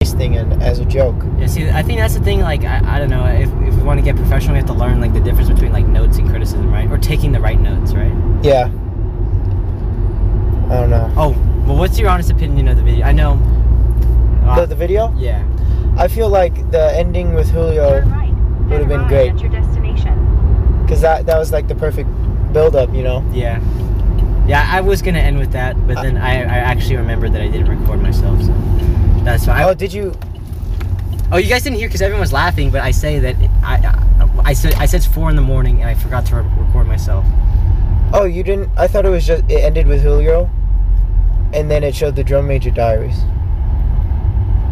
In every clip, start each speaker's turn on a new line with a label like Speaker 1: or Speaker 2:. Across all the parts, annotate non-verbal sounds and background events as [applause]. Speaker 1: everything and as a joke.
Speaker 2: Yeah, see, I think that's the thing. Like, I, I don't know. If, if we want to get professional, we have to learn like the difference between like notes and criticism, right? Or taking the right notes, right?
Speaker 1: Yeah. I don't know.
Speaker 2: Oh, well, what's your honest opinion of the video? I know. uh,
Speaker 1: The, the video?
Speaker 2: yeah.
Speaker 1: I feel like the ending with
Speaker 3: Turn
Speaker 1: Julio,
Speaker 3: right.
Speaker 1: would've
Speaker 3: Then
Speaker 1: been
Speaker 3: arrive
Speaker 1: great.
Speaker 3: At your destination.
Speaker 1: because that, that was like the perfect build up, you know?
Speaker 2: Yeah. Yeah, I was gonna end with that, but then I, I actually remembered that I didn't record myself, so that's fine.
Speaker 1: Oh,
Speaker 2: I,
Speaker 1: did you?
Speaker 2: oh, you guys didn't hear because everyone's laughing, but I say that I, I I said I said it's four in the morning and I forgot to re- record myself.
Speaker 1: Oh, you didn't? I thought it was just, it ended with Julio, and then it showed the drum major diaries.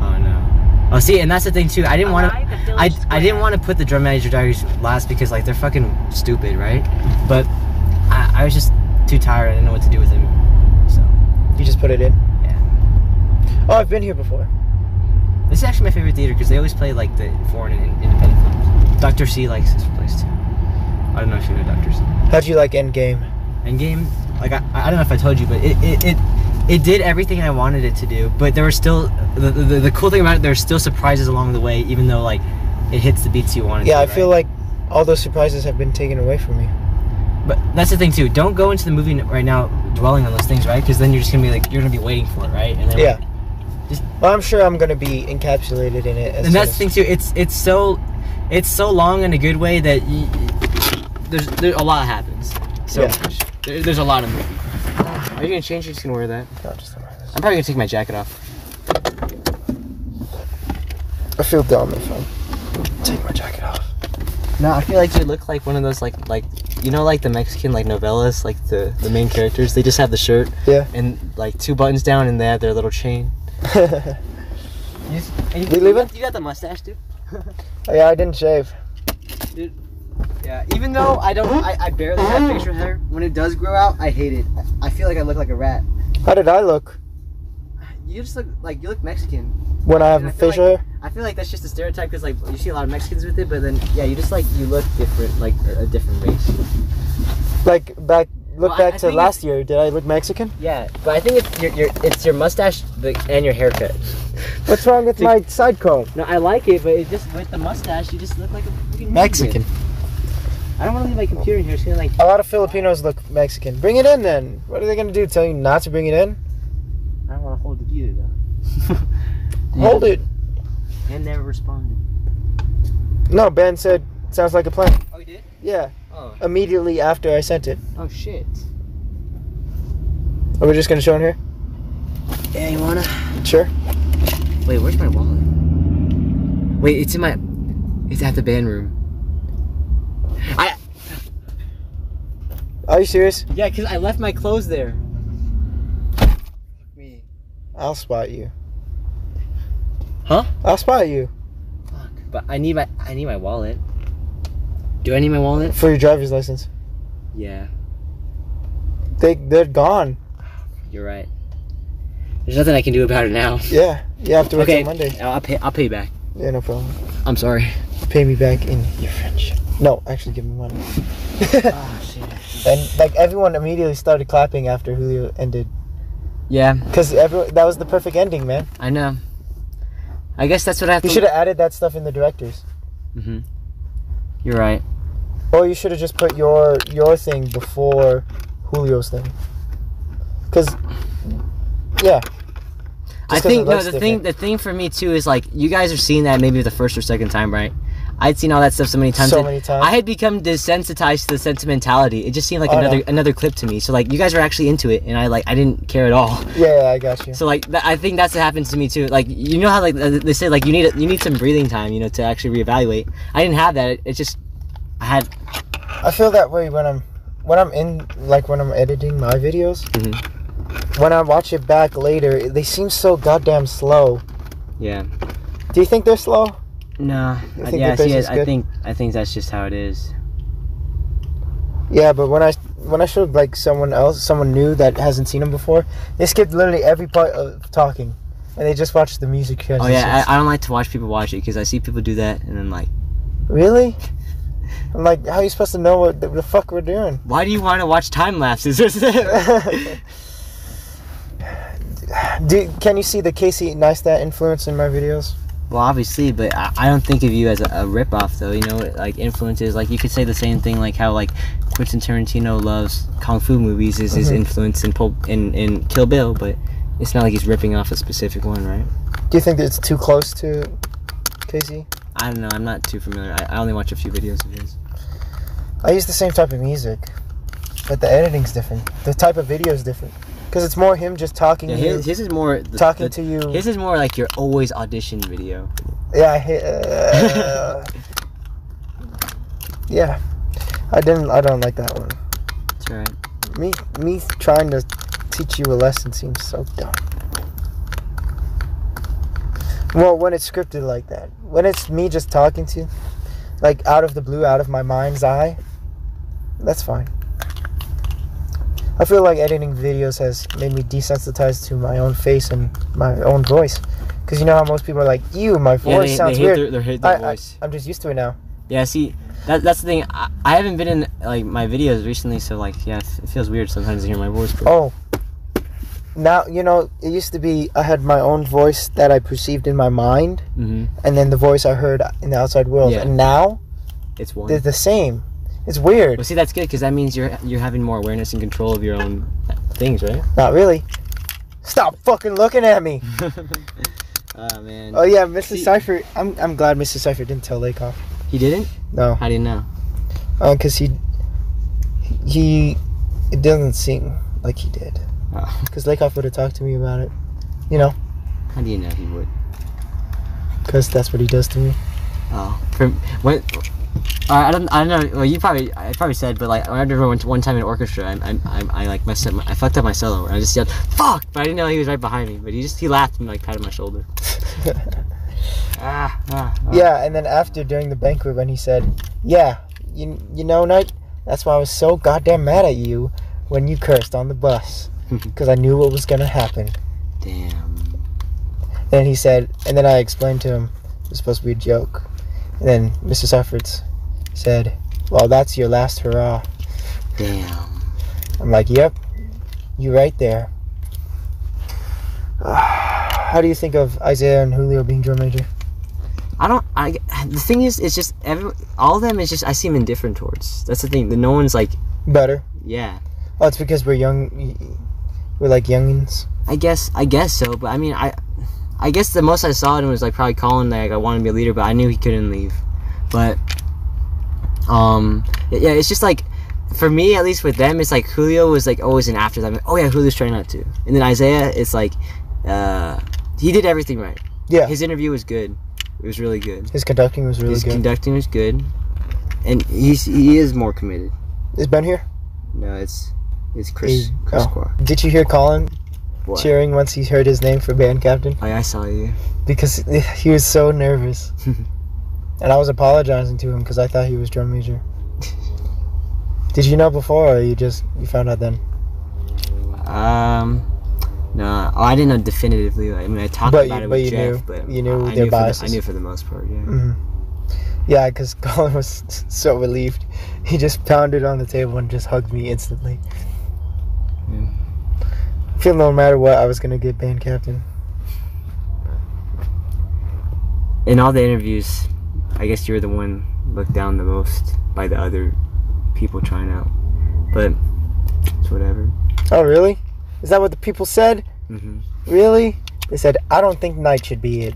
Speaker 2: Oh no. Oh, see, and that's the thing too. I didn't want to.
Speaker 3: Arrive at Village
Speaker 2: I, I
Speaker 3: Square.
Speaker 2: didn't want to put the drum manager diaries last because like they're fucking stupid, right? But I, I was just too tired. I didn't know what to do with them. So
Speaker 1: You just put it in?
Speaker 2: yeah,
Speaker 1: Oh, I've been here before.
Speaker 2: this is actually my favorite theater because they always play like the foreign and in- independent films. Doctor C likes this place too. I don't know if you know Doctor C.
Speaker 1: How'd you like Endgame?
Speaker 2: Endgame, like I, I don't know if I told you, but it, it, it it did everything I wanted it to do. But there were still the, the, the cool thing about it. There's still surprises along the way, even though like it hits the beats you wanted.
Speaker 1: Yeah,
Speaker 2: to,
Speaker 1: I
Speaker 2: right?
Speaker 1: feel like all those surprises have been taken away from me.
Speaker 2: But that's the thing too. Don't go into the movie n- right now dwelling on those things, right? Because then you're just gonna be like, you're gonna be waiting for it, right? And then
Speaker 1: Yeah.
Speaker 2: Just-
Speaker 1: Well, I'm sure I'm gonna be encapsulated in it. As
Speaker 2: And that's the
Speaker 1: soon
Speaker 2: thing
Speaker 1: as-
Speaker 2: too. It's it's so, it's so long in a good way that you, there's there, a lot happens. So
Speaker 1: Yeah.
Speaker 2: much. There, there's a lot of movie. Are you gonna change? You're just gonna wear that?
Speaker 1: No, just don't mind this.
Speaker 2: I'm probably gonna take my jacket off.
Speaker 1: I feel dumb if I take my jacket off.
Speaker 2: No, I feel like you look like one of those like like you know like the Mexican like novellas like the the main characters. They just have the shirt
Speaker 1: Yeah.
Speaker 2: and like two buttons down and they have their little chain. You, you,
Speaker 1: We leave it?
Speaker 2: You got the mustache, dude.
Speaker 1: [laughs] yeah, I didn't shave.
Speaker 2: Yeah, even though I don't, I, I barely have facial hair. When it does grow out, I hate it. I feel like I look like a rat.
Speaker 1: How did I look
Speaker 2: You just look like you look Mexican.
Speaker 1: when I have
Speaker 2: And I feel
Speaker 1: facial
Speaker 2: like-
Speaker 1: hair?
Speaker 2: I feel like that's just a stereotype because like you see a lot of Mexicans with it, but then yeah, you just like you look different, like a, a different race.
Speaker 1: Like back, look
Speaker 2: Well, I-
Speaker 1: back
Speaker 2: I
Speaker 1: to
Speaker 2: think
Speaker 1: last year. Did I look Mexican?
Speaker 2: Yeah, but I think it's your, your it's your mustache the, and your haircut.
Speaker 1: What's wrong with
Speaker 2: Dude.
Speaker 1: my side comb?
Speaker 2: No, I like it, but it just with the mustache, you just look like a fucking
Speaker 1: Mexican.
Speaker 2: I don't want to leave my computer in here. It's gonna like
Speaker 1: A lot of Filipinos look Mexican. Bring it in then. What are they gonna do? Tell you not to bring it in?
Speaker 2: I don't want to hold it either though.
Speaker 1: Hold it.
Speaker 2: And never responded.
Speaker 1: No, Ben said sounds like a plan.
Speaker 2: Oh, you did?
Speaker 1: Yeah.
Speaker 2: Oh.
Speaker 1: Immediately after I sent it.
Speaker 2: Oh shit.
Speaker 1: Are we just gonna show in here?
Speaker 2: Yeah, you wanna?
Speaker 1: Sure.
Speaker 2: Wait, where's my wallet? Wait, it's in my. It's at the band room.
Speaker 1: Are you serious?
Speaker 2: Yeah, cause I left my clothes there. Me.
Speaker 1: I'll spot you.
Speaker 2: Huh?
Speaker 1: I'll spot you
Speaker 2: Fuck. But I need my I need my wallet. Do I need my wallet?
Speaker 1: for your driver's license.
Speaker 2: Yeah,
Speaker 1: They they're gone.
Speaker 2: you're right. There's nothing I can do about it now.
Speaker 1: Yeah. You have to wait
Speaker 2: okay.
Speaker 1: till Monday.
Speaker 2: I'll I'll pay. I'll pay you back.
Speaker 1: Yeah, no problem.
Speaker 2: I'm sorry.
Speaker 1: Pay me back in your friendship. No, actually give me money. [laughs]
Speaker 2: Ah shit.
Speaker 1: and like everyone immediately started clapping after Julio ended.
Speaker 2: Yeah,
Speaker 1: Cause everyone that was the perfect ending, man.
Speaker 2: I know. I guess that's what I have
Speaker 1: You
Speaker 2: to.
Speaker 1: should have added that stuff in the directors.
Speaker 2: hmm You're right.
Speaker 1: Or you should have just put your your thing before Julio's thing. Cause yeah.
Speaker 2: I
Speaker 1: Just 'cause
Speaker 2: think
Speaker 1: it
Speaker 2: no.
Speaker 1: looks
Speaker 2: The thing, the thing for me too is like you guys are seeing that maybe the first or second time, right? I'd seen all that stuff so many times.
Speaker 1: So
Speaker 2: that
Speaker 1: many times.
Speaker 2: I had become desensitized to the sentimentality. It just seemed like
Speaker 1: Oh, no.
Speaker 2: another another clip to me. So like you guys were actually into it, and I like I didn't care at all.
Speaker 1: Yeah, yeah, I got you.
Speaker 2: So like th- I think that's what happens to me too. Like you know how like th- they say like you need you need some breathing time, you know, to actually reevaluate. I didn't have that. It, it just I had
Speaker 1: I feel that way when I'm when I'm in like when I'm editing my videos.
Speaker 2: Mhm.
Speaker 1: When I watch it back later, it- they seem so goddamn slow.
Speaker 2: yeah.
Speaker 1: Do you think they're slow?
Speaker 2: No,
Speaker 1: You
Speaker 2: I-
Speaker 1: think the
Speaker 2: yeah. See,
Speaker 1: pace is
Speaker 2: I, I
Speaker 1: good?
Speaker 2: think I think that's just how it is.
Speaker 1: Yeah, but when I when I showed like someone else, someone new that hasn't seen them before, they skipped literally every part of talking, and they just watched the music
Speaker 2: Oh
Speaker 1: transitions.
Speaker 2: yeah, I, I don't like to watch people watch it because I see people do that and then like.
Speaker 1: really? I'm like, how are you supposed to know what the, the fuck we're doing?
Speaker 2: Why do you want to watch time lapses?
Speaker 1: I Do, can you see the Casey Neistat influence in my videos?
Speaker 2: [laughs] Well, obviously, but I, I don't think of you as a, a ripoff, though. You know, like influences, like you could say the same thing, like how like Quentin Tarantino loves kung fu movies is his
Speaker 1: Mhm.
Speaker 2: influence in Pulp in in Kill Bill, but it's not like he's ripping off a specific one, right?
Speaker 1: Do you think that it's too close to Casey?
Speaker 2: I don't know. I'm not too familiar. I, I only watch a few videos of his.
Speaker 1: I use the same type of music, but the editing's different. The type of video is different because it's more him just talking
Speaker 2: Yeah,
Speaker 1: to you,
Speaker 2: his, his is more the,
Speaker 1: talking
Speaker 2: the-
Speaker 1: to you.
Speaker 2: His is more like your always audition video.
Speaker 1: yeah, I hate. Uh, [laughs] yeah, I didn't. I don't like that one.
Speaker 2: That's right.
Speaker 1: Me, me trying to teach you a lesson seems so dumb. Well, when it's scripted like that, when it's me just talking to you, like out of the blue, out of my mind's eye, that's fine. I feel like editing videos has made me desensitized to my own face and my own voice. Because you know how most people are like, ew, my
Speaker 2: Yeah,
Speaker 1: voice
Speaker 2: they, they
Speaker 1: sounds
Speaker 2: hate
Speaker 1: weird.
Speaker 2: their, they hate their
Speaker 1: I, I,
Speaker 2: voice.
Speaker 1: I'm just used to it now.
Speaker 2: yeah, see, that, that's the thing. I, I haven't been in like my videos recently, so like, yeah, it feels weird sometimes to hear my voice. But
Speaker 1: Oh. Now, you know, it used to be I had my own voice that I perceived in my mind
Speaker 2: hmm
Speaker 1: and then the voice I heard in the outside world.
Speaker 2: Yeah.
Speaker 1: And now
Speaker 2: it's one.
Speaker 1: they're the same. It's weird.
Speaker 2: Well, see, that's good because that means you're you're having more awareness and control of your own
Speaker 1: [laughs]
Speaker 2: things, right?
Speaker 1: Not really. Stop fucking looking at me.
Speaker 2: oh man,
Speaker 1: Oh yeah, Mrs.
Speaker 2: Mm-hmm. See-
Speaker 1: Cipher. I'm I'm glad Mrs. Cipher didn't tell Lakoff.
Speaker 2: he didn't.
Speaker 1: No,
Speaker 2: How do you know?
Speaker 1: Uh 'cause cause he he it doesn't seem like he did.
Speaker 2: Oh,
Speaker 1: Cause Lakoff would have talked to me about it.
Speaker 2: how do you know he would?
Speaker 1: Cause that's what he does to me.
Speaker 2: Oh, from when? All right, I don't, I don't know. Well, you probably, I probably said, but like, I remember one, one time in orchestra, I, I, I, I like messed up, my, I fucked up my solo, and I just yelled, "Fuck!" But I didn't know he was right behind me. But he just, he laughed and like patted my shoulder.
Speaker 1: [laughs]
Speaker 2: Ah, ah, ah.
Speaker 1: Yeah, and then after during the banquet when he said, "Yeah, you you know, Knight, that's why I was so goddamn mad at you when you cursed on the bus, because I knew what was gonna happen."
Speaker 2: Damn.
Speaker 1: Then he said, and then I explained to him it was supposed to be a joke. And then Mr. Sufferts said, "Well, that's your last hurrah."
Speaker 2: Damn.
Speaker 1: I'm like, "Yep, you right there." [sighs] How do you think of Isaiah and Julio being drum major?
Speaker 2: I don't. I the thing is, it's just every all of them is just I seem indifferent towards. That's the thing. That no one's like,
Speaker 1: Better.
Speaker 2: yeah.
Speaker 1: Oh, it's because we're young. We're like youngins.
Speaker 2: I guess I guess so, but I mean I I guess the most I saw him was like probably calling like I want to be a leader, but I knew he couldn't leave. But um yeah, it's just like for me at least with them, it's like Julio was like always an after them. Like, oh yeah, Julio's trying not to. And then Isaiah, it's like uh he did everything right.
Speaker 1: Yeah.
Speaker 2: His interview was good. It was really good.
Speaker 1: His conducting was really
Speaker 2: His
Speaker 1: good.
Speaker 2: conducting was good. And he's he is more committed.
Speaker 1: Is Ben here?
Speaker 2: No, it's it's Chris
Speaker 1: Hey,
Speaker 2: Chris
Speaker 1: oh.
Speaker 2: Kwok.
Speaker 1: Did you hear Colin
Speaker 2: What?
Speaker 1: cheering once he heard his name for band captain?
Speaker 2: Oh, yeah, I saw you.
Speaker 1: Because [laughs] he was so
Speaker 2: [laughs]
Speaker 1: nervous. and I was apologizing to him because I thought he was drum major.
Speaker 2: [laughs]
Speaker 1: Did you know before or you just you found out then?
Speaker 2: Um, no, oh, I didn't know definitively. I mean, I talked
Speaker 1: But you-
Speaker 2: about it
Speaker 1: but
Speaker 2: with
Speaker 1: you
Speaker 2: Jeff,
Speaker 1: knew-
Speaker 2: but
Speaker 1: you knew
Speaker 2: I, I
Speaker 1: their
Speaker 2: knew for the- I
Speaker 1: biases.
Speaker 2: knew for the most part. Yeah.
Speaker 1: hmm Yeah, because [laughs] Colin was so relieved. He just pounded on the table and just hugged me instantly.
Speaker 2: Yeah.
Speaker 1: I feel no matter what, I was going to get band captain.
Speaker 2: In all the interviews, I guess you were the one looked down the most by the other people trying out, but it's whatever.
Speaker 1: Oh, really? Is that what the people said?
Speaker 2: hmm
Speaker 1: Really? They said, I don't think Knight should be it.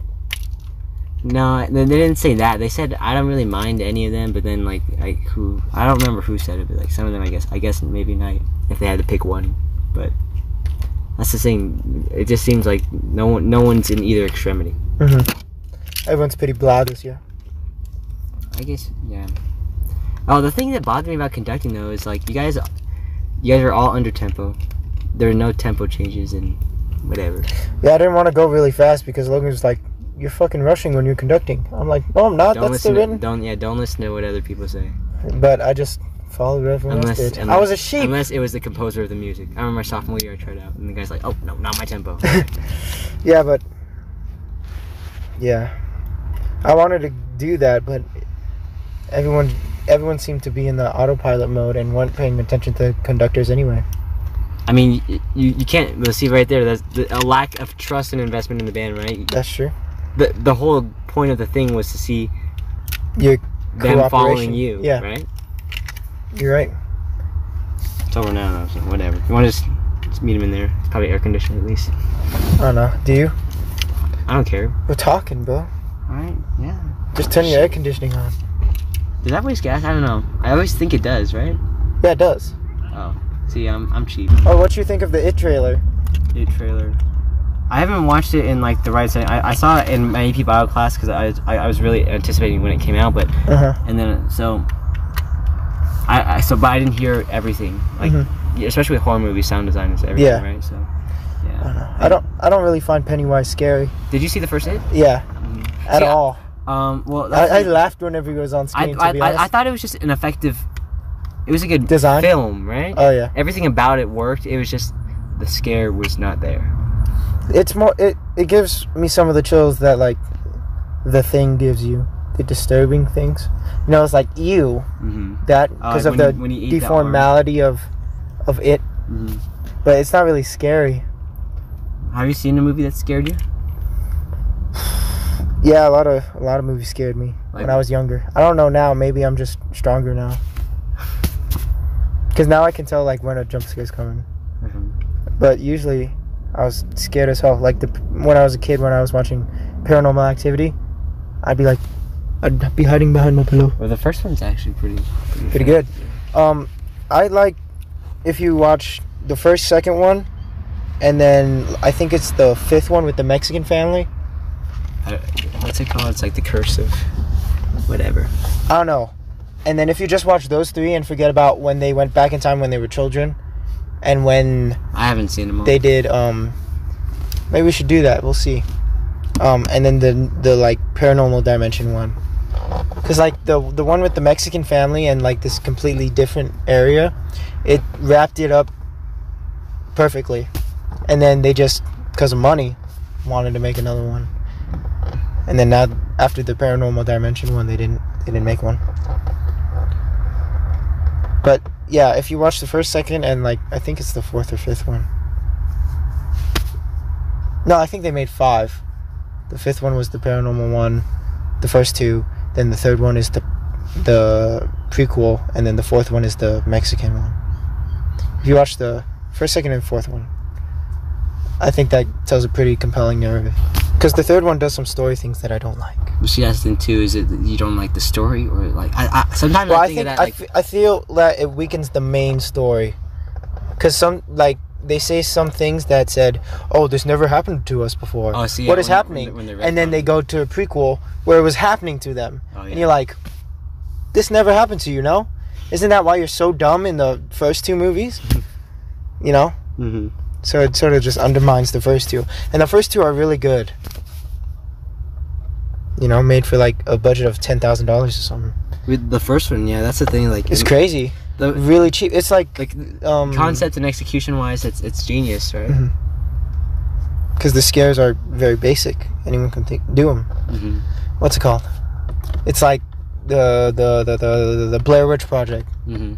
Speaker 2: No, they they didn't say that. They said I don't really mind any of them, but then like I who I don't remember who said it, but like some of them, I guess I guess maybe Knight if they had to pick one, but that's the thing. It just seems like no one no one's in either extremity.
Speaker 1: Everyone's pretty blah this year.
Speaker 2: I guess yeah. Oh, the thing that bothered me about conducting though is like you guys, you guys are all under tempo. There are no tempo changes and whatever.
Speaker 1: Yeah, I didn't want to go really fast because Logan was like, "You're fucking rushing when you're conducting." I'm like, "No, I'm not.
Speaker 2: Don't
Speaker 1: That's the
Speaker 2: listen. To,
Speaker 1: written."
Speaker 2: don't yeah. Don't listen to what other people say.
Speaker 1: But I just followed what everyone
Speaker 2: Unless,
Speaker 1: else did.
Speaker 2: unless
Speaker 1: I was a sheep.
Speaker 2: Unless it was the composer of the music. I remember my sophomore year I tried out, and the guy's like, "Oh no, not my tempo."
Speaker 1: Yeah, but yeah, I wanted to do that, but everyone everyone seemed to be in the autopilot mode and weren't paying attention to conductors anyway.
Speaker 2: I mean, you, you can't but see right there. That's the, a lack of trust and investment in the band, right?
Speaker 1: That's true.
Speaker 2: The the whole point of the thing was to see
Speaker 1: Your
Speaker 2: them following
Speaker 1: Cooperation.
Speaker 2: you,
Speaker 1: Yeah.
Speaker 2: right?
Speaker 1: You're right.
Speaker 2: It's over now, though, so whatever. You want to just, just meet him in there? It's probably air conditioned at least.
Speaker 1: I don't know. Do you?
Speaker 2: I don't care.
Speaker 1: We're talking, bro.
Speaker 2: All right. Yeah.
Speaker 1: Just turn your air conditioning on.
Speaker 2: Does that waste gas? I don't know. I always think it does, right?
Speaker 1: Yeah, it does.
Speaker 2: Oh, see, I'm I'm cheap.
Speaker 1: Oh, what do you think of the it trailer?
Speaker 2: New trailer. I haven't watched it in like the right setting. I, I saw it in my AP Bio class because I, I I was really anticipating when it came out, but
Speaker 1: Uh huh.
Speaker 2: and then so I, I so but I didn't hear everything like
Speaker 1: Mhm.
Speaker 2: yeah, especially with horror movies sound design is everything
Speaker 1: Yeah. Uh.
Speaker 2: right so
Speaker 1: I
Speaker 2: yeah
Speaker 1: don't know. I don't. I don't really find Pennywise scary.
Speaker 2: did you see the first hit
Speaker 1: Yeah, at
Speaker 2: See, I-
Speaker 1: all.
Speaker 2: um well that's
Speaker 1: I, I
Speaker 2: the-
Speaker 1: laughed whenever he was on
Speaker 2: I,
Speaker 1: screen.
Speaker 2: I,
Speaker 1: to be
Speaker 2: I-
Speaker 1: honest.
Speaker 2: I thought it was just an effective it was a good
Speaker 1: Design?
Speaker 2: film right
Speaker 1: oh yeah,
Speaker 2: everything about it worked it was just the scare was not there
Speaker 1: it's more. It it gives me some of the chills that like the thing gives you. The disturbing things. You know, it's like ew
Speaker 2: mm-hmm.
Speaker 1: that
Speaker 2: Uh,
Speaker 1: because of
Speaker 2: when
Speaker 1: the
Speaker 2: he- when he ate that
Speaker 1: deformality of of it.
Speaker 2: Mhm.
Speaker 1: But it's not really scary.
Speaker 2: have you seen a movie that scared you
Speaker 1: Yeah, a lot of a lot of movies scared me
Speaker 2: Like-
Speaker 1: when I was younger. I don't know now. Maybe I'm just stronger now. Cause now I can tell like when a jump scare's coming.
Speaker 2: Mhm.
Speaker 1: But usually, I was scared as hell. Like the when I was a kid, when I was watching Paranormal Activity, I'd be like, I'd be hiding behind my pillow.
Speaker 2: well the first one's actually pretty
Speaker 1: Pretty good. Um, I like if you watch the first, second one, and then I think it's the fifth one with the Mexican family.
Speaker 2: I- what's it called it's like the curse of whatever
Speaker 1: I don't know. And then if you just watch those three and forget about when they went back in time when they were children, and when
Speaker 2: I haven't seen them all
Speaker 1: they did, um, maybe we should do that. We'll see. Um, and then the the like paranormal dimension one, because like the the one with the Mexican family and like this completely different area, it wrapped it up perfectly, and then they just because of money wanted to make another one, and then now after the paranormal dimension one they didn't they didn't make one. But yeah, if you watch the first, second, and like I think it's the fourth or fifth one. No, I think they made five. The fifth one was the paranormal one, the first two, then the third one is the the prequel, and then the fourth one is the Mexican one. If you watch the first, second, and fourth one, I think that tells a pretty compelling narrative. Because the third one does some story things that I don't like.
Speaker 2: Well, she asked them too. Is it that you don't like the story, or like I, I sometimes
Speaker 1: Well,
Speaker 2: I
Speaker 1: I
Speaker 2: think,
Speaker 1: think
Speaker 2: of
Speaker 1: I,
Speaker 2: that like
Speaker 1: f- I feel that it weakens the main story, because some like they say some things that said, "Oh, this never happened to us before.
Speaker 2: Oh, see, yeah,
Speaker 1: what is
Speaker 2: when- when
Speaker 1: happening?"
Speaker 2: they- when they
Speaker 1: and then
Speaker 2: retcon
Speaker 1: they
Speaker 2: it.
Speaker 1: go to a prequel where it was happening to them,
Speaker 2: Oh,
Speaker 1: and
Speaker 2: yeah.
Speaker 1: you're like, "This never happened to you, no? Isn't that why you're so dumb in the first two
Speaker 2: [laughs]
Speaker 1: movies? you know."
Speaker 2: mm-hmm.
Speaker 1: So it sort of just undermines the first two. And the first two are really good. You know, made for like a budget of ten thousand dollars or something.
Speaker 2: with the first one. Yeah, that's the thing. Like
Speaker 1: It's
Speaker 2: in-
Speaker 1: crazy.
Speaker 2: The,
Speaker 1: Really cheap. It's like
Speaker 2: like
Speaker 1: um
Speaker 2: concept and execution wise, it's it's genius, right?
Speaker 1: Mhm. because the scares are very basic anyone can think, do them
Speaker 2: Mm-hmm.
Speaker 1: what's it called it's like the the the the, the blair witch project
Speaker 2: hmm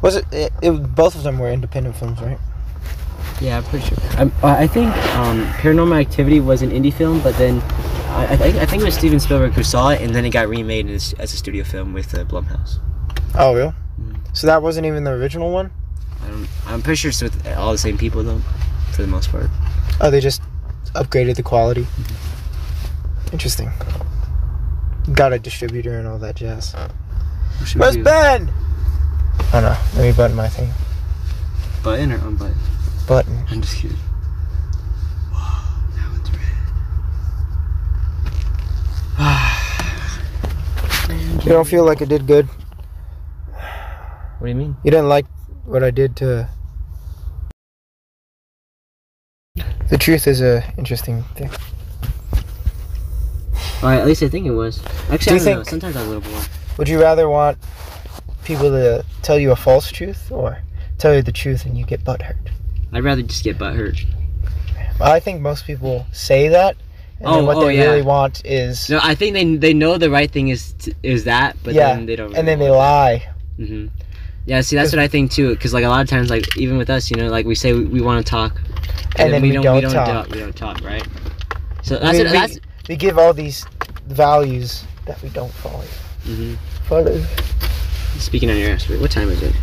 Speaker 1: was it, it, it both of them were independent films right
Speaker 2: Yeah, I'm pretty sure. Um, uh, I think um, Paranormal Activity was an indie film, but then I, I think I think it was Steven Spielberg who saw it, and then it got remade as, as a studio film with uh, Blumhouse.
Speaker 1: oh real
Speaker 2: Mm.
Speaker 1: so that wasn't even the original one?
Speaker 2: I don't, I'm pretty sure it's with all the same people though, for the most part.
Speaker 1: Oh, they just upgraded the quality interesting got a distributor and all that jazz
Speaker 2: What should we
Speaker 1: where's
Speaker 2: do?
Speaker 1: ben oh no let me button my thing
Speaker 2: Button or unbutton?
Speaker 1: button
Speaker 2: I'm just kidding. Whoa, that one's red.
Speaker 1: you don't feel like it did good
Speaker 2: What do you mean?
Speaker 1: You didn't like what I did to. The truth is a interesting thing.
Speaker 2: Alright, at least I think it was.
Speaker 1: Do
Speaker 2: Actually,
Speaker 1: you
Speaker 2: I don't know.
Speaker 1: think-
Speaker 2: Sometimes I'm a little bored.
Speaker 1: Would you rather want people to tell you a false truth or tell you the truth and you get butthurt?
Speaker 2: I'd rather just get butt hurt.
Speaker 1: I think most people say that, and
Speaker 2: Oh,
Speaker 1: then what
Speaker 2: oh,
Speaker 1: they
Speaker 2: yeah.
Speaker 1: really want is
Speaker 2: No, I think they they know the right thing is t- is that, but
Speaker 1: yeah,
Speaker 2: then they don't.
Speaker 1: and then they lie.
Speaker 2: hmm
Speaker 4: Yeah, see, that's what I think too. Because like a lot of times, like even with us, you know, like we say we, we want to talk,
Speaker 1: And then we don't talk.
Speaker 4: We don't talk, right? So that's
Speaker 1: we,
Speaker 4: it.
Speaker 1: we-
Speaker 4: That's
Speaker 1: we give all these values that we don't follow.
Speaker 4: Mhm.
Speaker 1: Follow.
Speaker 4: speaking on your ass. What time is it?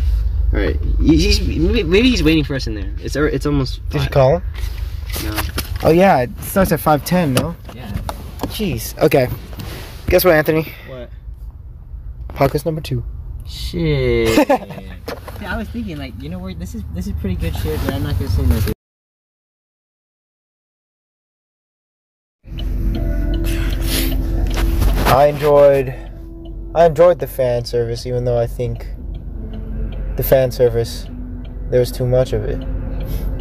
Speaker 4: All right, he's, maybe maybe he's waiting for us in there. It's al- it's almost.
Speaker 1: Did you
Speaker 4: five.
Speaker 1: call him?
Speaker 4: No.
Speaker 1: Oh yeah, it starts at five ten. No.
Speaker 4: Yeah.
Speaker 1: Jeez. Okay. Guess what, Anthony?
Speaker 4: What?
Speaker 1: Podcast number two. [laughs]
Speaker 4: Shit. I was thinking, like, you know, where this is this is pretty good shit, but I'm not gonna say nothing.
Speaker 1: I enjoyed. I enjoyed the fan service, even though I think the fan service there was too much of it.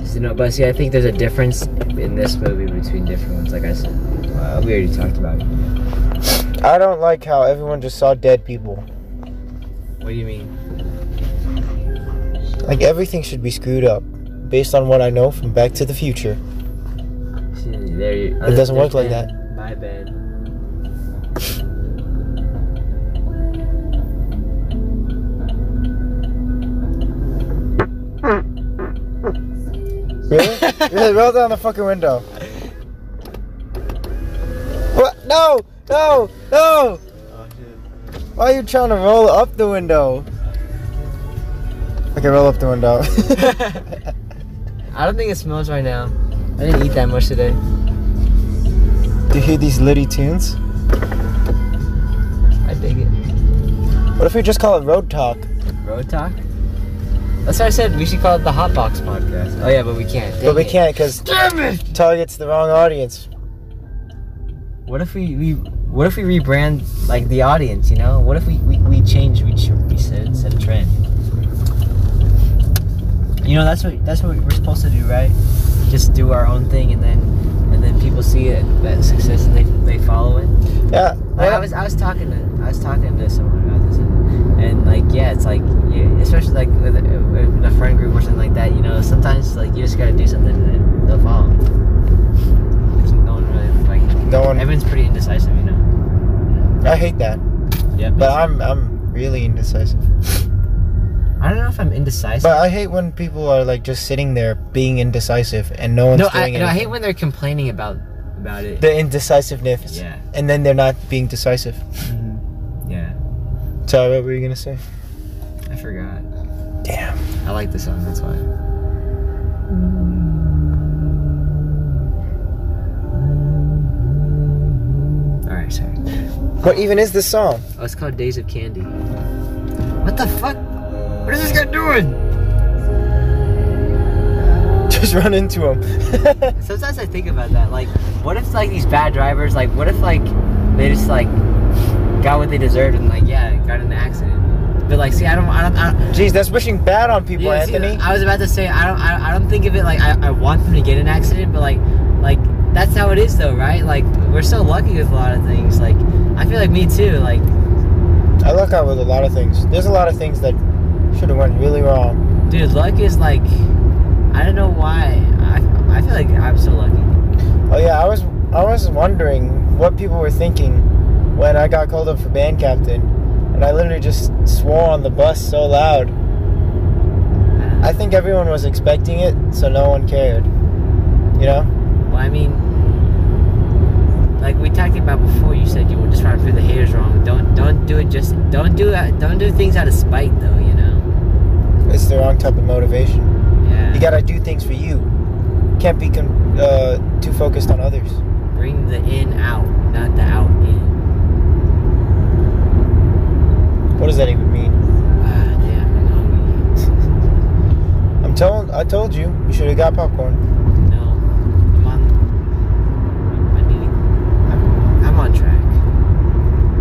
Speaker 2: So, no, but see, I think there's a difference in this movie between different ones. Like I said, uh, we already talked about it.
Speaker 1: I don't like how everyone just saw dead people.
Speaker 2: What do you mean?
Speaker 1: Like everything should be screwed up, based on what I know from Back to the Future.
Speaker 2: See, There you,
Speaker 1: It doesn't work like
Speaker 2: Understand. [laughs]
Speaker 1: [laughs]
Speaker 2: My bad.
Speaker 1: Really? really? Roll down the fucking window. What? No! No! No! Why are you trying to roll up the window? Okay, roll up the window. [laughs]
Speaker 2: I don't think it smells right now. I didn't eat that much today.
Speaker 1: Do you hear these litty tunes?
Speaker 2: I dig it.
Speaker 1: What if we just call it Road Talk?
Speaker 2: Road talk. That's what I said. We should call it the Hot Box Podcast. Oh yeah, but we can't.
Speaker 1: But
Speaker 2: Dang
Speaker 1: we
Speaker 2: it.
Speaker 1: can't because
Speaker 2: Damn it!
Speaker 1: targets the wrong audience.
Speaker 2: What if we, we what if we rebrand like the audience? You know, what if we we, we change we, ch- we set, set a trend? You know, that's what that's what we're supposed to do, right? Just do our own thing, and then and then people see it that success, and they, they follow it.
Speaker 1: Yeah.
Speaker 2: Like, I was I was talking to I was talking to someone about this, and, and like yeah, it's like yeah, especially like with, with a friend group or something like that. You know, sometimes like you just gotta do something, and then they'll follow. No one really like.
Speaker 1: No one.
Speaker 2: Evan's pretty indecisive, you know.
Speaker 1: I hate that.
Speaker 2: Yeah,
Speaker 1: But I'm I'm really indecisive.
Speaker 2: I don't know if I'm indecisive.
Speaker 1: But I hate when people are like just sitting there being indecisive and no one's
Speaker 2: no, I,
Speaker 1: doing it.
Speaker 2: no, I hate when they're complaining about about it.
Speaker 1: the indecisiveness.
Speaker 2: Yeah.
Speaker 1: And then they're not being decisive.
Speaker 2: Yeah,
Speaker 1: Sorry, what were you gonna say?
Speaker 2: I forgot.
Speaker 1: Damn.
Speaker 2: I like this song, that's why. All right, sorry.
Speaker 1: What even is this song? [laughs]
Speaker 2: Oh, it's called Days of Candy. What the fuck? What is this guy doing?
Speaker 1: Just run into him.
Speaker 2: Sometimes I think about that. Like, what if like these bad drivers? Like, what if like they just like got what they deserved and like yeah, got in an accident. But like, see, I don't, I don't, I
Speaker 1: [laughs]
Speaker 2: don't
Speaker 1: Jeez, that's wishing bad on people,
Speaker 2: Yeah, see,
Speaker 1: Anthony.
Speaker 2: I was about to say I don't I, I don't think of it like I, I want them to get in an accident, but like like that's how it is though, right? Like we're so lucky with a lot of things. Like I feel like me too. Like
Speaker 1: I luck out with a lot of things. There's a lot of things that should have went really wrong.
Speaker 2: dude, luck is like I don't know why. I I feel like I'm so lucky.
Speaker 1: Oh yeah, I was I was wondering what people were thinking when I got called up for band captain, and I literally just swore on the bus so loud. I think everyone was expecting it, so no one cared. You know?
Speaker 2: Well, I mean, like we talked about before, you said you were just trying to prove the haters wrong. Don't don't do it just don't do it don't do things out of spite though. You know.
Speaker 1: It's the wrong type of motivation.
Speaker 2: Yeah.
Speaker 1: You gotta do things for you. Can't be con- uh, too focused on others.
Speaker 2: Bring the in out, not the out in.
Speaker 1: What does that even mean?
Speaker 2: Ah, damn. I'm hungry.
Speaker 1: I'm told. I told you. You should have got popcorn.
Speaker 2: No, I'm on. I need. I'm, I'm on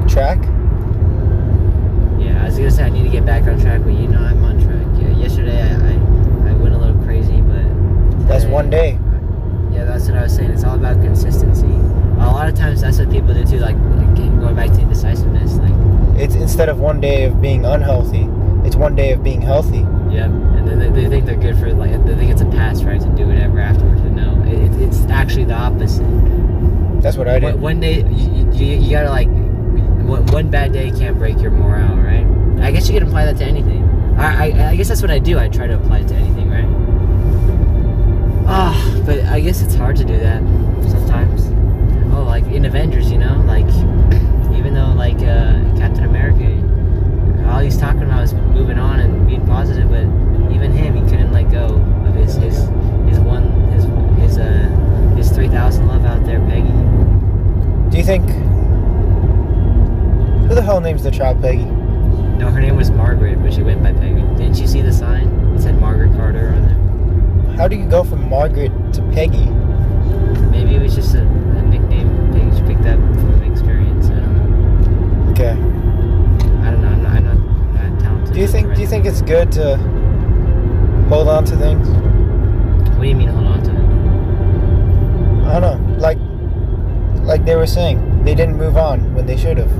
Speaker 2: track.
Speaker 1: Track.
Speaker 2: Yeah, I was gonna say I need to get back on track, but you know I'm on track. Yeah, yesterday I I, I went a little crazy, but
Speaker 1: That's
Speaker 2: today-
Speaker 1: one day.
Speaker 2: Yeah, that's what I was saying. It's all about consistency. A lot of times that's what people do too. Like, like going back to indecisiveness. Like,
Speaker 1: It's instead of one day of being unhealthy, it's one day of being healthy.
Speaker 2: yeah, and then they, they think they're good for like they think it's a pass right to do whatever afterwards. But no, it, it- it's actually the opposite.
Speaker 1: That's what I
Speaker 2: One,
Speaker 1: did.
Speaker 2: one day you, you, you gotta like one, one bad day can't break your morale, right? I guess you can apply that to anything. I, I, I guess that's what I do. I try to apply it to anything, right? Ah, but I guess it's hard to do that sometimes. Oh, like in Avengers, you know, like even though like uh, Captain America, all he's talking about is moving on and being positive, but even him, he couldn't let go of his his his one his his uh his three thousand love out there, Peggy.
Speaker 1: Do you think. Who the hell names the child Peggy?
Speaker 2: No, her name was Margaret, but she went by Peggy. Didn't you see the sign? It said Margaret Carter on there.
Speaker 1: How do you go from Margaret to Peggy?
Speaker 2: Maybe it was just a, a nickname Paige picked up from experience. I don't know.
Speaker 1: Okay.
Speaker 2: I don't know. I'm not, I'm not, I'm not talented.
Speaker 1: Do you
Speaker 2: with
Speaker 1: think do you
Speaker 2: writing.
Speaker 1: think it's good to hold on to things?
Speaker 2: What do you mean hold on to it?
Speaker 1: I don't know. Like like they were saying, they didn't move on when they should have.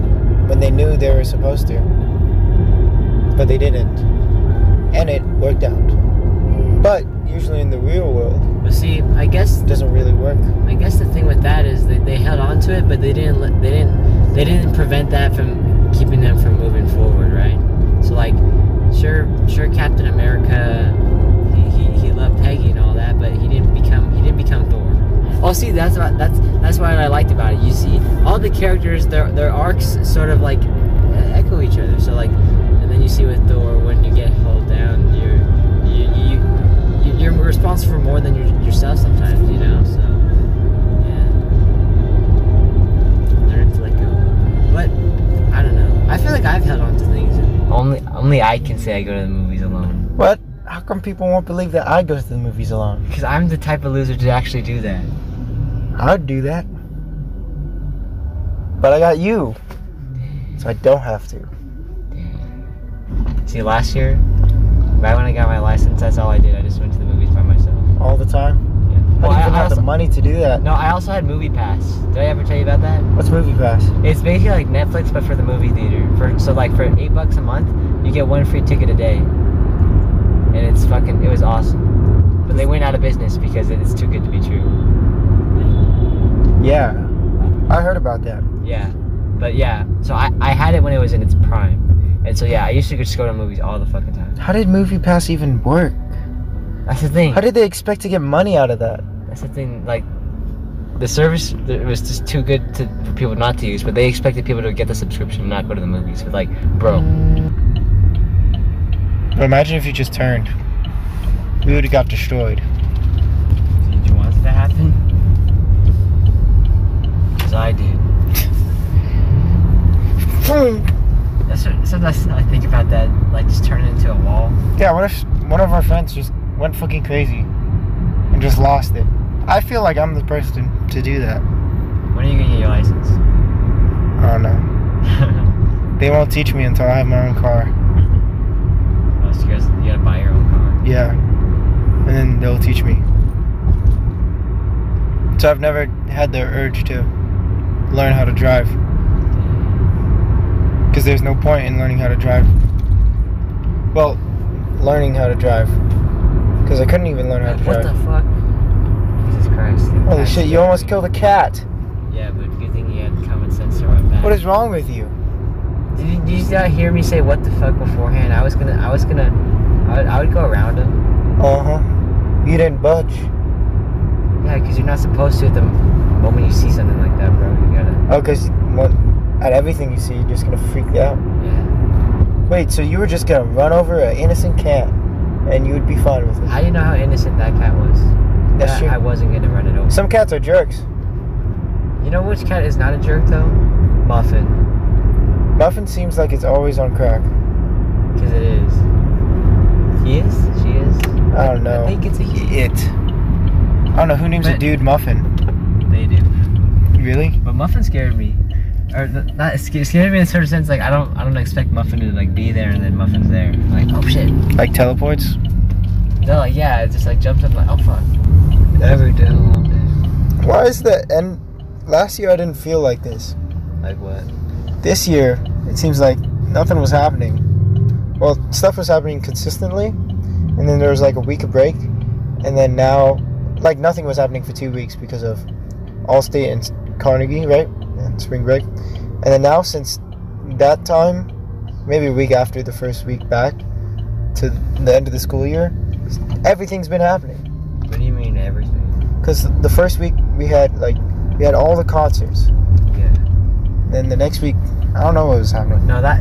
Speaker 1: When they knew they were supposed to. But they didn't. And it worked out. But usually in the real world,
Speaker 2: But see, I guess
Speaker 1: it doesn't really work.
Speaker 2: I guess the thing with that is that they held on to it, but they didn't let, they didn't they didn't prevent that from keeping them from moving forward, right? So like, sure sure Captain America, he, he, he loved Peggy and all that, but he didn't become he didn't become Thor. Oh, see, that's what that's that's what I liked about it. You see, all the characters their their arcs sort of like echo each other. So like, and then you see with Thor when you get held down, you're you, you, you you're responsible for more than your, yourself sometimes, you know. So yeah, learn to let go. But I don't know. I feel like I've held on to things. And only only I can say I go to the movies alone
Speaker 1: What? How come people won't believe that I go to the movies alone?
Speaker 2: because I'm the type of loser to actually do that.
Speaker 1: I'd do that. But I got you. So I don't have to.
Speaker 2: See, last year, right when I got my license, that's all I did. I just went to the movies by myself.
Speaker 1: All the time. I
Speaker 2: Yeah. Well,
Speaker 1: don't
Speaker 2: I,
Speaker 1: even
Speaker 2: I
Speaker 1: have the
Speaker 2: also,
Speaker 1: money to do that.
Speaker 2: no, I also had Movie Pass. Did I ever tell you about that?
Speaker 1: What's movie pass?
Speaker 2: It's basically like Netflix, but for the movie theater. For so like for eight bucks a month, you get one free ticket a day, and it's fucking. It was awesome, but they went out of business because it's too good to be true.
Speaker 1: Yeah. I heard about that.
Speaker 2: Yeah, but yeah. So I I had it when it was in its prime, and so yeah, I used to just go to movies all the fucking time.
Speaker 1: How did movie pass even work?
Speaker 2: That's the thing.
Speaker 1: How did they expect to get money out of that?
Speaker 2: That's the thing. Like the service it was just too good to, for people not to use, but they expected people to get the subscription, and not go to the movies. But like, bro.
Speaker 1: Imagine if you just turned. We would have got [laughs] destroyed.
Speaker 2: Did you want it to happen? Because I did.
Speaker 1: yeah,
Speaker 2: That's what, sometimes I think about that, like just turning into a wall.
Speaker 1: what if one of our friends just went fucking crazy and just lost it? I feel like I'm the person to do that.
Speaker 2: When are you gonna get your license? [laughs]
Speaker 1: I don't know.
Speaker 2: oh,
Speaker 1: They won't teach me until I have my own car.
Speaker 2: so you, guys, you gotta buy your own car.
Speaker 1: Yeah. And then they'll teach me. So I've never had the urge to learn how to drive. because there's no point in learning how to drive. Well, learning how to drive, because I couldn't even learn how to
Speaker 2: What
Speaker 1: drive.
Speaker 2: the fuck? Jesus Christ.
Speaker 1: Holy
Speaker 2: That's
Speaker 1: shit! You
Speaker 2: scary.
Speaker 1: almost killed a cat.
Speaker 2: Yeah, but good thing you had common sense to run back.
Speaker 1: What is wrong with you?
Speaker 2: Did you, did you not hear me say what the fuck beforehand? I was gonna, I was gonna, I would, I would go around him.
Speaker 1: Uh
Speaker 2: Uh-huh.
Speaker 1: huh. You didn't budge.
Speaker 2: Yeah, because you're not supposed to at the moment you see something like that, bro. You gotta.
Speaker 1: Oh, cause what? At everything you see, you're just gonna freak out.
Speaker 2: Yeah.
Speaker 1: Wait, so you were just gonna run over an innocent cat, and you'd be fine with it?
Speaker 2: How do you know how innocent that cat was?
Speaker 1: That's
Speaker 2: that
Speaker 1: true.
Speaker 2: I wasn't gonna run it over.
Speaker 1: Some cats are jerks.
Speaker 2: You know which cat is not a jerk though? Muffin,
Speaker 1: Muffin seems like it's always on crack.
Speaker 2: because it is. He is. She is.
Speaker 1: I don't know.
Speaker 2: I think it's a he.
Speaker 1: It. I don't know who names a
Speaker 2: But-
Speaker 1: dude Muffin.
Speaker 2: They do.
Speaker 1: Really?
Speaker 2: But Muffin scared me, or th- not it sca- scared me in a certain sense. Like I don't, I don't expect Muffin to like be there, and then Muffin's there. Like oh shit.
Speaker 1: Like teleports?
Speaker 2: No, like yeah, it just like jumps up like oh fuck. Every day, all day.
Speaker 1: Why is that? And last year I didn't feel like this.
Speaker 2: Like what?
Speaker 1: This year, it seems like nothing was happening. Well, stuff was happening consistently, and then there was like a week of break, and then now, like nothing was happening for two weeks because of Allstate and Carnegie, right? And spring break. And then now, since that time, maybe a week after the first week back, to the end of the school year, everything's been happening.
Speaker 2: What do you mean everything?
Speaker 1: Cause the first week we had like we had all the concerts.
Speaker 2: Yeah.
Speaker 1: Then the next week, I don't know what was happening.
Speaker 2: No, that.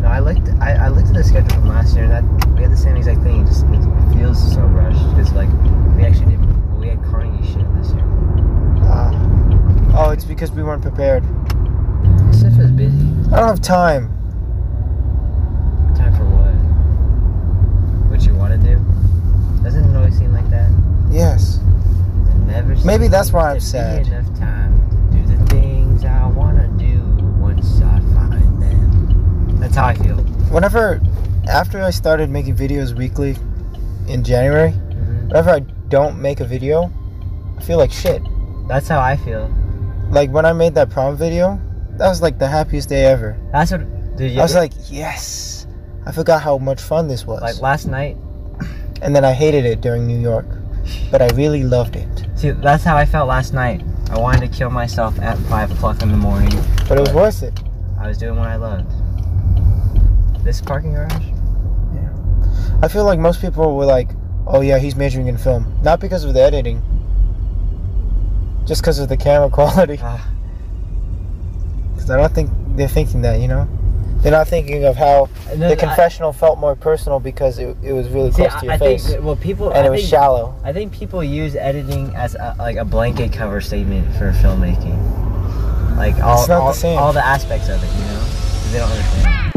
Speaker 2: No, I looked. I, I looked at the schedule from last year. and That we had the same exact thing. It just it feels so rushed because like we actually did. We had Carnegie shit this year.
Speaker 1: Uh, oh, it's because we weren't prepared.
Speaker 2: Sif is busy.
Speaker 1: I don't have time.
Speaker 2: Time for what? What you want to do? Doesn't it always seem like that?
Speaker 1: Yes.
Speaker 2: It never.
Speaker 1: Maybe that's
Speaker 2: seems
Speaker 1: why
Speaker 2: to
Speaker 1: I'm
Speaker 2: be
Speaker 1: sad.
Speaker 2: Enough time to do the things I wanna do once I find them. That's how I feel.
Speaker 1: Whenever, after I started making videos weekly, in January, whenever I don't make a video, I feel like shit.
Speaker 2: That's how I feel.
Speaker 1: Like when I made that prom video, that was like the happiest day ever.
Speaker 2: That's what. Dude,
Speaker 1: I was like, yes. I forgot how much fun this was.
Speaker 2: like last night.
Speaker 1: and then I hated it during New York, but I really loved it.
Speaker 2: See, that's how I felt last night. I wanted to kill myself at five o'clock in the morning.
Speaker 1: But it was worth it.
Speaker 2: I was doing what I loved. This parking garage.
Speaker 1: I feel like most people were like, oh yeah, he's majoring in film. Not because of the editing, just because of the camera [laughs] quality.
Speaker 2: Ah.
Speaker 1: Because I don't think they're thinking that, you know? They're not thinking of how
Speaker 2: And
Speaker 1: the
Speaker 2: then I-
Speaker 1: confessional felt more personal because it, it was really
Speaker 2: See,
Speaker 1: close to your
Speaker 2: I, I think
Speaker 1: face.
Speaker 2: that- well, people
Speaker 1: and
Speaker 2: I
Speaker 1: it was
Speaker 2: think-
Speaker 1: shallow.
Speaker 2: I think people use editing as a, like a blanket cover statement for filmmaking. Like all
Speaker 1: It's not the
Speaker 2: all,
Speaker 1: same.
Speaker 2: all the aspects of it, you know? They don't understand.